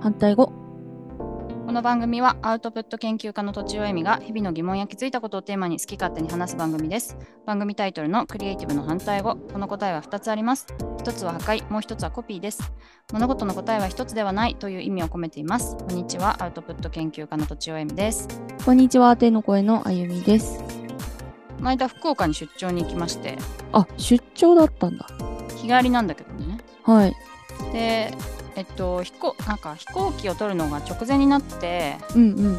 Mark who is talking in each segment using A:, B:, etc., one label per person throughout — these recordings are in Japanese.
A: 反対語
B: この番組はアウトプット研究家のとちおえみが日々の疑問や気づいたことをテーマに好き勝手に話す番組です番組タイトルのクリエイティブの反対語この答えは2つあります1つは破壊もう1つはコピーです物事の答えは1つではないという意味を込めていますこんにちはアウトプット研究家のとちおえみです
A: こんにちは天の声のあゆみです
B: この間福岡に出張に行きまして
A: あ出張だったんだ
B: 日帰りなんだけどね
A: はい
B: でえっと飛行なんか飛行機を取るのが直前になって
A: うんうん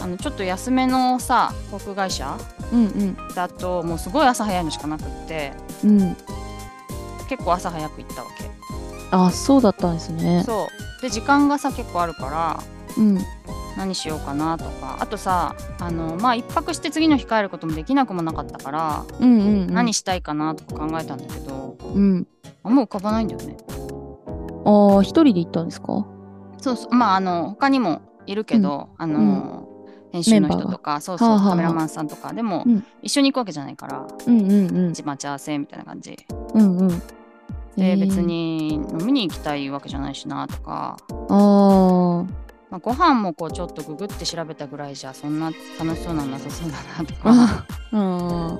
B: あのちょっと安めのさ航空会社
A: うんうん
B: だともうすごい朝早いのしかなくって
A: うん
B: 結構朝早く行ったわけ
A: あそうだったんですね
B: そうで時間がさ結構あるから
A: うん
B: 何しようかなとかあとさあのまあ一泊して次の日帰ることもできなくもなかったから、
A: うんうんうん
B: 何したいかなとか考えたんだけど
A: うん
B: あんま浮かばないんだよね
A: ああ一人で行ったんですか
B: そうそうまああの他にもいるけど、あの、編集の人とかそうそう、
A: はあはあ
B: カメラマンさんとかでも、
A: うん
B: 一緒に行くわけじゃないから
A: うんうんうん
B: 待ち合わせみたいな感じ
A: うんうん
B: で、
A: えー
B: 別に飲みに行きたいわけじゃないしなとか、
A: ああ
B: まあ、ご飯もこうちょっとググって調べたぐらいじゃそんな楽しそうなんなさそうだなとか
A: ああ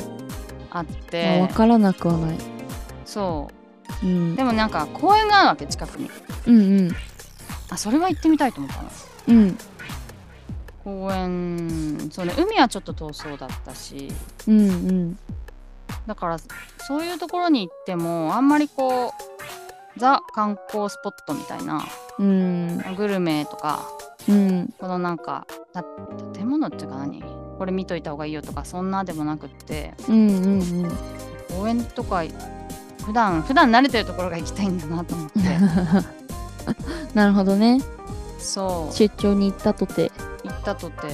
B: あっ
A: ー、まあ、
B: て
A: 分からなくはない、
B: そう
A: うん、
B: でもなんか公園があるわけ近くに
A: うん
B: あそれは行ってみたいと思ったの
A: うんうん
B: 公園そうね海はちょっと遠そうだったし
A: うんうん
B: だからそういうところに行ってもあんまりこうザ観光スポットみたいな
A: うん
B: グルメとか
A: うん
B: このなんかた建物っていうか何これ見といた方がいいよとかそんなでもなくって
A: うんうんうん
B: 公園とか普段普段慣れてるところが行きたいんだなと思って
A: なるほどね
B: そう
A: 出張に行ったとて、
B: 行ったとて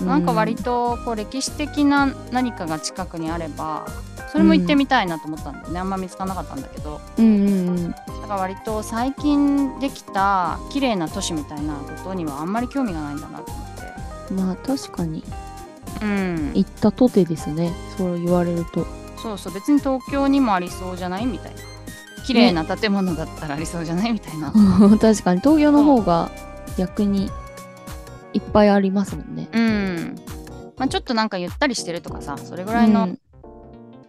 A: う
B: なんか割とこう歴史的な何かが近くにあればそれも行ってみたいなと思ったんだよね、あんま見つからなかったんだけど
A: うんうんうん
B: だから割と最近できた綺麗な都市みたいなことにはあんまり興味がないんだなと思って
A: まあ確かに
B: うん
A: 行ったとてですねそう言われると
B: そうそう別に東京にもありそうじゃないみたいな綺麗な建物だったらありそうじゃないみたいな、
A: 確かに東京の方が逆にいっぱいありますもんね
B: うんまあ、ちょっとなんかゆったりしてるとかさそれぐらいの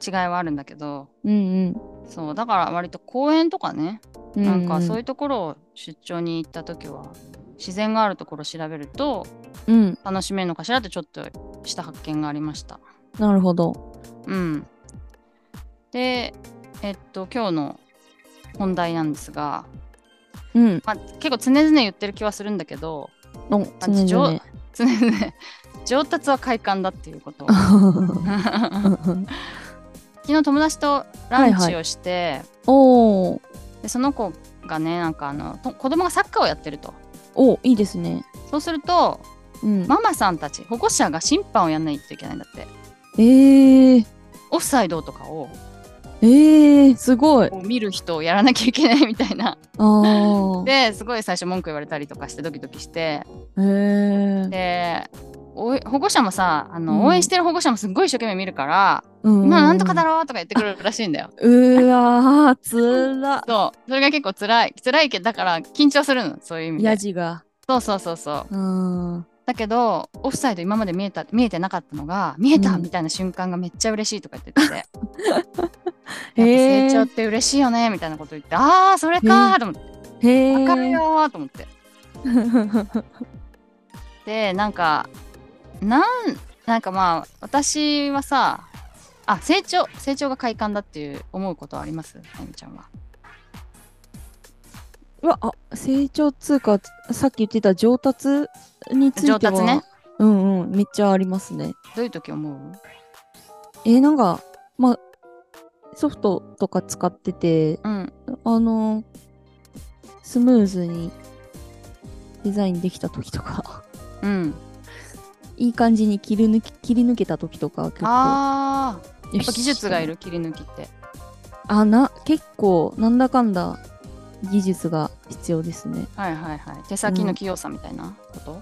B: 違いはあるんだけど、
A: うんうん
B: そうだから割と公園とかね、
A: うん
B: なんかそういううところを出張に行った時は自然があるところを調べると
A: うん
B: 楽しめるのかしらってちょっとした発見がありました。
A: なるほど
B: うん、でえっと今日の本題なんですが、
A: うん
B: まあ、結構常々言ってる気はするんだけど
A: お常
B: 地上
A: 々ね
B: 常々 上達は快感だっていう こと昨日友達とランチをして、
A: おー
B: でその子がねなんかあのと子供がサッカーをやってると
A: おいいですね
B: そうすると
A: うん、
B: ママさんたち保護者が審判をやんないといけないんだって
A: えー、
B: オフサイドとかを
A: えー、すごい
B: こう見る人をやらなきゃいけないみたいな
A: あー
B: ですごい最初文句言われたりとかしてドキドキして
A: へえー、
B: でおい保護者もさあ
A: うん
B: の応援してる保護者もすっごい一生懸命見るから「
A: 今
B: 今なんとかだろ」とか言ってくるらしいんだよ。
A: うわーつら
B: そうそれが結構辛い辛いけどだから緊張するのそういう意味
A: や
B: で
A: じが
B: そうそうそうそう
A: うん
B: だけどオフサイド今まで見えた見えてなかったのが見えた
A: うん
B: みたいな瞬間がめっちゃ嬉しいとか言って て、やっぱ
A: へ
B: 成長っ
A: ー
B: て嬉しいよねみたいなこと言ってああそれかーと思って
A: へ
B: わ
A: ー
B: かるよ ーと思ってでなんかなんなんかまあ私はさあ成長成長が快感だっていう思うことはありますあゆみちゃんは
A: うわあ成長通貨さっき言ってた上達については
B: 上達ね
A: うんうんめっちゃありますね
B: どういう時思う
A: えーなんかまあソフトとか使ってて
B: うん
A: あのースムーズにデザインできた時とか
B: うん
A: いい感じに切り抜き切り抜けた時とか結構
B: ああやっぱ技術がい
A: る
B: る切り抜きって
A: あな結構なんだかんだ技術が必要ですね
B: はいはいはい手先の器用さみたいなこと、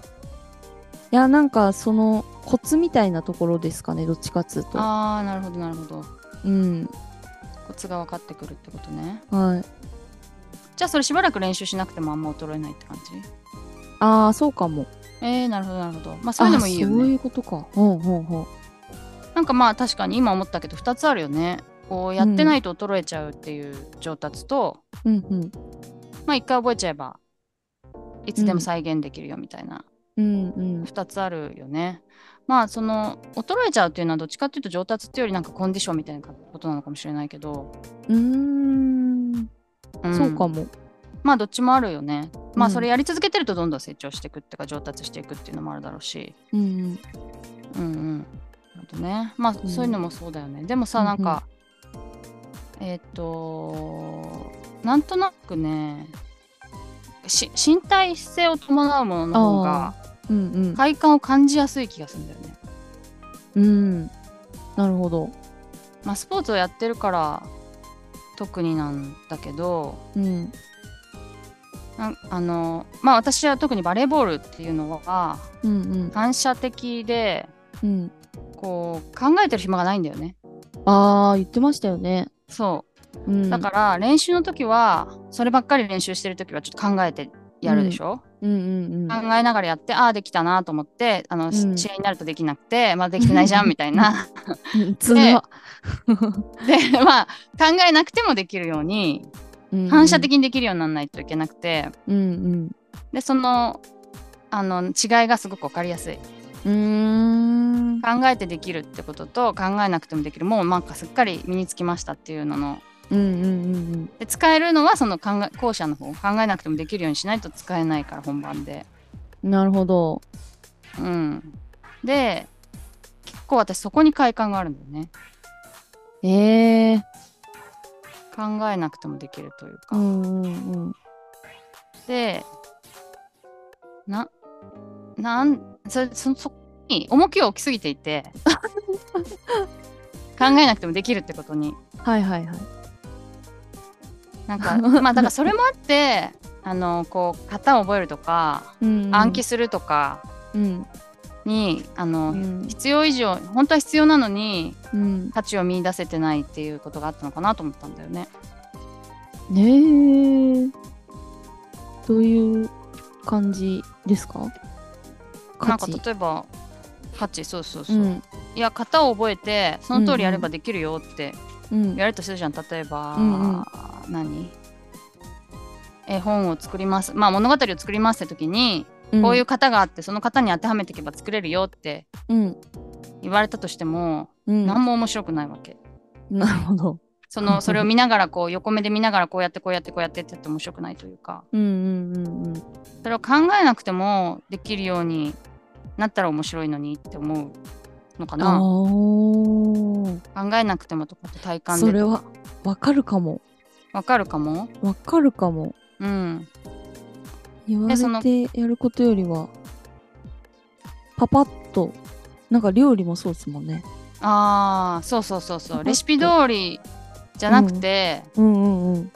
A: いやなんかそのコツみたいなところですかねどっちかっつうと
B: ああなるほどなるほど
A: うん
B: コツが分かってくるってことね
A: はい
B: じゃあそれしばらく練習しなくてもあんま衰えないって感じ
A: ああ、そうかも。
B: えー、なるほどなるほど。まあそういうのもいいよ
A: あーそう
B: ね。
A: いうことか。うんうんうん。
B: なんかまあ確かに今思ったけど2つあるよね。こうやってないと衰えちゃうっていう上達と、
A: うんうん。
B: まあ一回覚えちゃえばいつでも再現できるよみたいな
A: うんうん。
B: 2つあるよね。まあその衰えちゃうっていうのはどっちかっていうと上達っていうよりなんかコンディションみたいなことなのかもしれないけど、
A: うーん。
B: ん
A: そうかも。
B: まあどっちもあるよね。まあ
A: うん
B: それやり続けてるとどんどん成長していくっていうか上達していくっていうのもあるだろうし。
A: うん
B: うんうん。あとね。まあ
A: うん
B: そういうのもそうだよね。でも
A: う
B: さ
A: んう
B: なんんか、えーっ、となんとなくねし身体性を伴うものの方が
A: うん。うん
B: 快感を感じやすい気がするんだよね。
A: うん。うん。なるほど。
B: まあスポーツをやってるから特になんだけど
A: うん。
B: なんあのまあ私は特にバレーボールっていうのは
A: うんうん。
B: 反射的で
A: うん。
B: こう考えてる暇がないんだよね。
A: ああ、言ってましたよね。
B: そうう。
A: ん。
B: だから練習の時は、そればっかり練習してる時はちょっと考えてやるでしょ、
A: ら、うんうんうん。
B: 考えながらやって、ああ、できたなと思って、あの、
A: ん
B: 試合になるとできなくて、まあできてないじゃんみたいな。
A: つら。
B: で、まあ考えなくてもできるように、
A: うんうん
B: 反射。的にできるようにならないといけなくて、
A: うん
B: で、その、あの違いがすごく分かりやすい
A: うん。うーん。
B: 考えてできるってことと考えなくてもできるもうなんかすっかり身につきましたっていうのの
A: うんうんうんうん。
B: で使えるのはその考え後者の方考えなくてもできるようにしないと使えないから本番で。
A: なるほど。
B: うん、で結構私そこに快感があるんだよね
A: ええー。
B: 考えなくてもできるというか。
A: うんうんうん。
B: でななんそそそこに重きを置きすぎてい て考えなくてもできるってことに
A: はいはいはい。
B: なんかまあだからそれもあってあのこう型を覚えるとか
A: うんうん
B: 暗記するとか
A: うん。
B: に、あ
A: う
B: の
A: ん。
B: 必要以上本当は必要なのに
A: うん。
B: 価値を見出せてないっていうことがあったのかなと思ったんだよね。
A: ねえ。どういう感じですか
B: な
A: 価
B: んか
A: 値
B: 例えば価値そうそうそうう、
A: ん。
B: いや型を覚えてその通りやればできるよって
A: うん。
B: やるとするじゃん例えば、
A: うんうん
B: 何絵本を作りますまあ物語を作りますって時に、
A: うん
B: こういう型があってその型に当てはめていけば作れるよって
A: うん。
B: 言われたとしても、
A: うん。
B: 何も面白くないわけ。
A: なるほど。
B: そのそれを見ながらこう横目で見ながらこうやってこうやってこうやってってやって面白くないというか
A: うんうんうんうん。
B: それを考えなくてもできるようになったら面白いのにって思うのか
A: あ
B: な
A: ー
B: 考えなくてもとかって体感
A: そ
B: で
A: れはわかるかも。
B: わかるかも
A: わかるかも。
B: うん
A: 言われ
B: その
A: てやることよりはパパッとなんか料理もそうですもんね。
B: あーそうそうそうそ
A: パパッ
B: う
A: と
B: レシピ通りじゃなくて、
A: うんうんうん。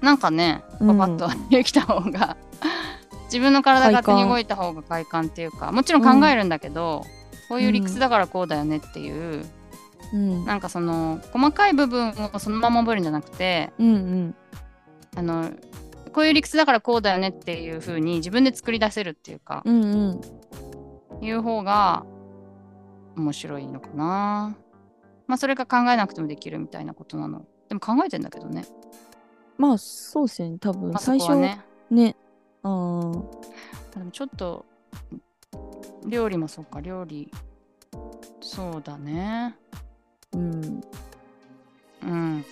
B: なんかねパパッとできた方が 自分の体が勝手に動いた方が快感っていうかもちろん考えるんだけど、こういう理屈だからこうだよねっていう、
A: うん
B: なんかその細かい部分をそのまま覚えるんじゃなくて
A: うんうん。
B: あのこういう理屈だからこうだよねっていう風に自分で作り出せるっていうか、
A: うんうん。
B: いう方が面白いのかな。まあそれが考えなくてもできるみたいなことなの。でも考えてんだけどね。
A: まあそうですよね。多分
B: あそ
A: 最
B: こ
A: 初
B: はね。
A: ね。あー
B: でもちょっと料理もそうか料理そうだね。
A: うん。
B: うん。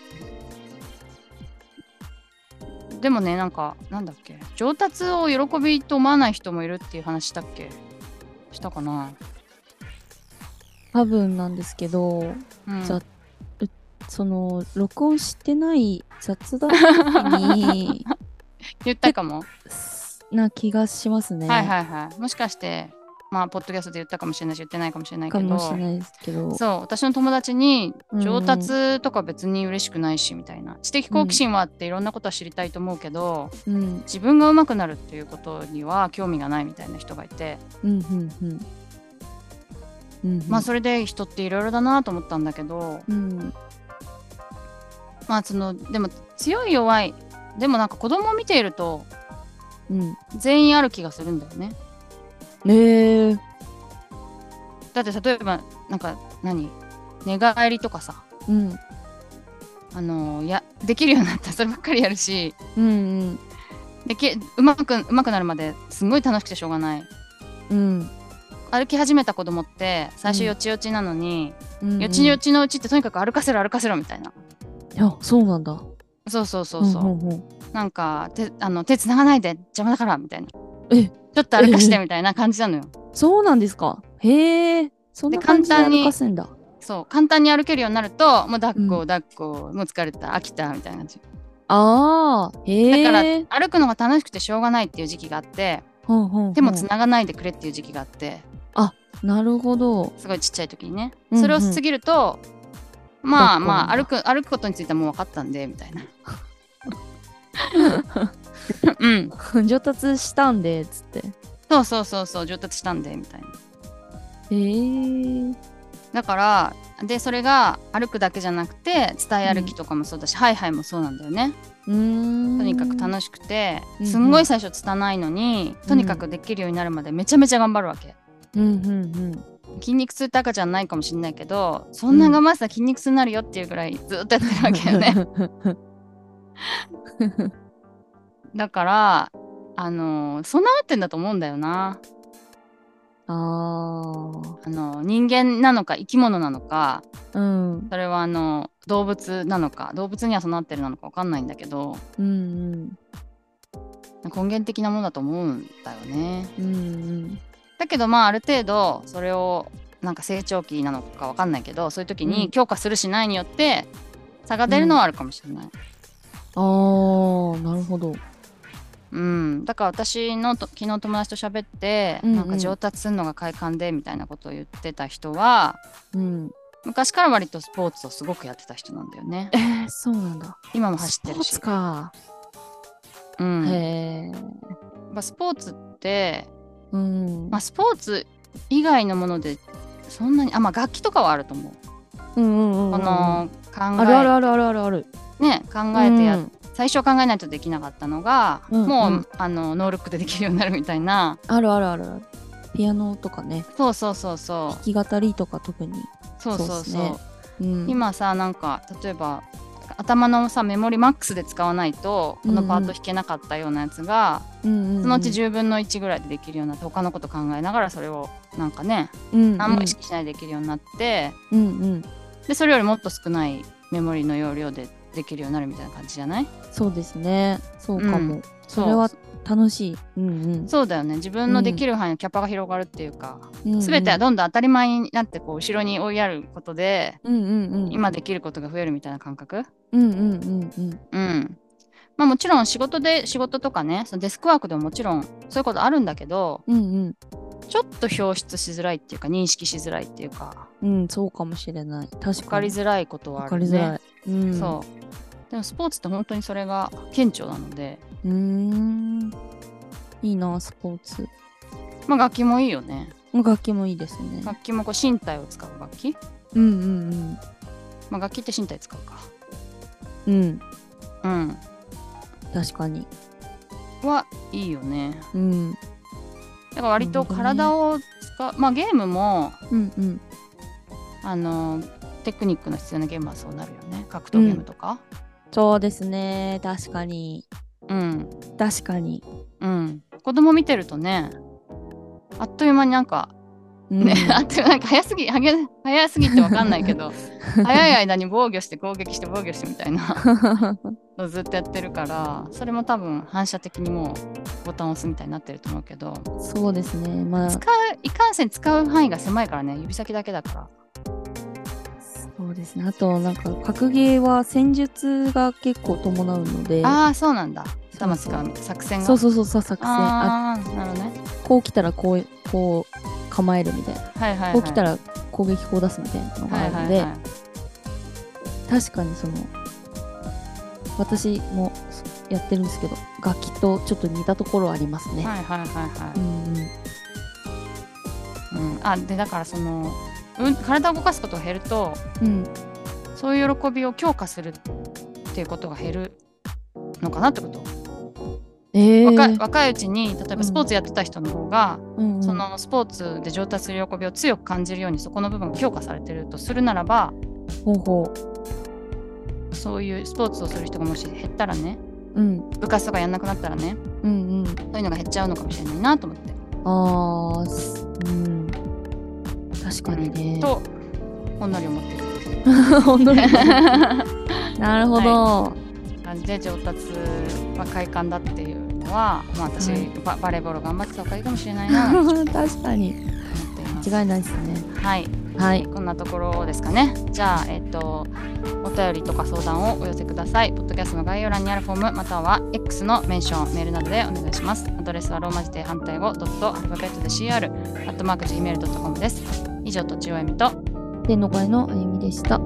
B: でもねなんかなんだっけ上達を喜びと思わない人もいるっていう話したっけしたかな。
A: 多分なんですけど、
B: うん、
A: じゃあその録音してない雑談の時に
B: 言ったかも。
A: な気がしますね。
B: はいはいはい。もしかして、まあ、ポッドキャストで言ったかもしれないし、言ってないかもしれないけ
A: か
B: ど、
A: もしれないですけど。
B: そう、私の友達に、
A: うん
B: 上達とか別に嬉しくないし、みたいな。知的好奇心はあって、いろんなことは知りたいと思うけど、
A: うん
B: 自分が上手くなるっていうことには興味がないみたいな人がいて、
A: うんうんうん。うんうん
B: まあ、それで人っていろいろだなと思ったんだけど、
A: うん
B: まあ、その、でも、強い弱い、でもなんか子供を見ていると、
A: うん。
B: 全員ある気がするんだよね
A: ねえ。
B: だって例えばなんか何寝返りとかさ
A: うん。
B: あのやできるようになったらそればっかりやるし
A: うん
B: できうまくうまくなるまですごい楽しくてしょうがない
A: うん。
B: 歩き始めた子供って最初
A: うん
B: よちよちなのに、
A: うん。
B: よちよちのうちってとにかく歩かせろ歩かせろみたいな
A: うん。いや、そうなんだ。
B: そうそうそうそう、
A: んんうん
B: なんか手あの手つながないで邪魔だからみたいな
A: え
B: ちょっと歩かしてみたいな感じなのよ
A: そうなんですか。へえ。そんな
B: で
A: 感じで
B: 簡単に
A: 歩かせんだ。
B: そう簡単に歩けるようになるともう抱っこ
A: う
B: 抱っこ、もう疲れた飽きたみたいな感じ
A: ああ、へえ。
B: だから歩くのが楽しくてしょうがないっていう時期があって
A: ほんほんほん
B: 手もつながないでくれっていう時期があって
A: なるほど。
B: すごいちっちゃい時にね、
A: うんうん
B: それを過ぎるとまあ
A: 抱っこ
B: まあ
A: なん
B: 歩く歩くことについてはもう分かったんでみたい な うん
A: 上達したんで、つって。
B: そうそうそうそう上達したんでみたいな
A: へえ。
B: だからでそれが歩くだけじゃなくて伝え歩きとかもそうだし、ハイハイもそうなんだよね
A: うーん。
B: とにかく楽しくて、
A: うん
B: すんごい最初拙いのに、とにかくできるようになるまでめちゃめちゃ頑張るわけ
A: うんうん
B: 筋肉痛って赤ちゃんないかもしれないけどそんな我慢したら筋肉痛になるよっていうぐらいずっとやってるわけよねだからあの備わってんだと思うんだよな
A: うん。あ
B: あの人間なのか生き物なのか
A: あ。うん。
B: それはあの動物なのか動物には備わってるなのか分かんないんだけど
A: うんうん。
B: 根源的なものだと思うんだよね
A: うんうん。
B: だけどまあある程度それをなんか成長期なのかわかんないけどそういう時
A: う
B: に
A: ん
B: 強化するしないによって差が出るのはあるかもしれない、
A: ああ、なるほど。
B: うんだから私のと昨日友達と喋って、
A: うんうん
B: なんか上達するのが快感でみたいなことを言ってた人は
A: うん。
B: 昔から割とスポーツをすごくやってた人なんだよね
A: えー、そうなんだ。
B: 今も走ってる
A: スポー
B: し
A: ツか。
B: うん、やっ
A: へえ。
B: ぱスポーツって、
A: うん。
B: まあ、スポーツ以外のものでそんなにあまあ楽器とかはあると思う
A: うんうんうんうん。
B: この考え
A: あるあるあるあるあるある。
B: ね、考えてやっ
A: うん
B: 最初は考えないとできなかったのが、
A: うん
B: もう、
A: うん
B: あの能力でできるようになるみたいな
A: あるあるあるある。ピアノとかね、
B: そうそうそうそ
A: 弾き語りとか特に。
B: うそうそう
A: そ
B: そ
A: うっ
B: う、
A: すねうん、
B: 今さなんか例えば頭のさメモリマックスで使わないとこのパート弾けなかったようなやつが、
A: うんうんうん、
B: そのうち10分の1ぐらいでできるようになって他のこと考えながらそれをなんかね
A: うん
B: 何も意識しないでできるようになって、
A: うんうん、
B: でそれよりもっと少ないメモリの容量でできるようになるみたいな感じじゃない
A: そうですねそうかも、
B: う
A: それは
B: う
A: 楽しい、うん
B: そうだよね自分のできる範囲のキャパが広がるっていうか、
A: うん、
B: 全てはどんどん当たり前になってこう後ろに追いやることで
A: うんうんうん
B: 今できることが増えるみたいな感覚
A: うんうんうんうん
B: うんまあもちろん仕事で仕事とかねそのデスクワークでももちろんそういうことあるんだけど
A: うん
B: ちょっと表出しづらいっていうか認識しづらいっていうか
A: うんうんそうかもしれない確かに
B: 分かりづらいことは
A: わ
B: あ
A: か
B: る
A: り
B: ね
A: づらい、うん、
B: そうでもスポーツって本当にそれが顕著なので
A: ううーんいいなスポーツ
B: まあ楽器もいいよね
A: 楽器もいいですね
B: 楽器もこう身体を使う楽器、
A: うんうん
B: まあ、楽器って身体使うか
A: うんうん
B: うん
A: 確かに
B: はいいよね
A: うん
B: だから割と体を使う、まあゲームも
A: うんうん
B: あのテクニックの必要なゲームはそうなるよね格闘ゲームとか
A: そうですね確かに
B: うん
A: 確かに、
B: うん、子供見てるとねあっという間になんか、
A: うん
B: ね あっという間なんか早すぎはげ早すぎってわかんないけ ど早い間に防御して攻撃して防御してみたいな のをずっとやってるからそれも多分反射的にもうボタンを押すみたいになってると思うけど
A: そうですねまあ
B: 使ういかんせん使う範囲が狭いからね指先だけだから
A: そうですねあとなんか格ゲーは戦術が結構伴うので
B: ああそうなんだ
A: そう
B: 頭使う作戦が
A: そうそうそうそう作戦あ
B: ああなるほどね
A: こう来たらこうこう構えるみたいな、
B: はいはい、はい、
A: こう来たら攻撃こう出すみたいなのがあるので、
B: い
A: 確かにその私もそやってるんですけど楽器とちょっと似たところはありますね、
B: はいはいはいは
A: うんうん
B: い、うんあでだからその、うん、体を動かすことが減ると
A: うん
B: そういう喜びを強化するっていうことが減るのかなってこと
A: えええ
B: 若い若いうちに例えばスポーツやってた人の方が、
A: うんうん
B: そのスポーツで上達する喜びを強く感じるようにそこの部分が強化されてるとするならば
A: ほうほ
B: そういうスポーツをする人がもし減ったらね
A: う。うん
B: 部活とかやんなくなったらね
A: うんうん。
B: そういうのが減っちゃうのかもしれないなと思って。
A: ああ、すうん。確かにね。
B: とほんのり思ってる
A: 本当に
B: 感
A: なるほど。
B: じで上達は快感だっていうのは、まあ、私、
A: はい
B: ババレーボール頑張ってた方がいいかもしれないなと思っ
A: 確かに。
B: てい ます。
A: 間違いないですね。
B: はい、
A: はい。
B: こんなところですかね。じゃあ、えっ、と、お便りとか相談をお寄せください。ポッドキャストの概要欄にあるフォーム、または X のメンション、メールなどでお願いします。アドレスはローマ字で反対語、ドット、アルファベットで CR、アットマーク Gmail.com です。以上、とちおえみと、
A: 天の声のあゆみでした。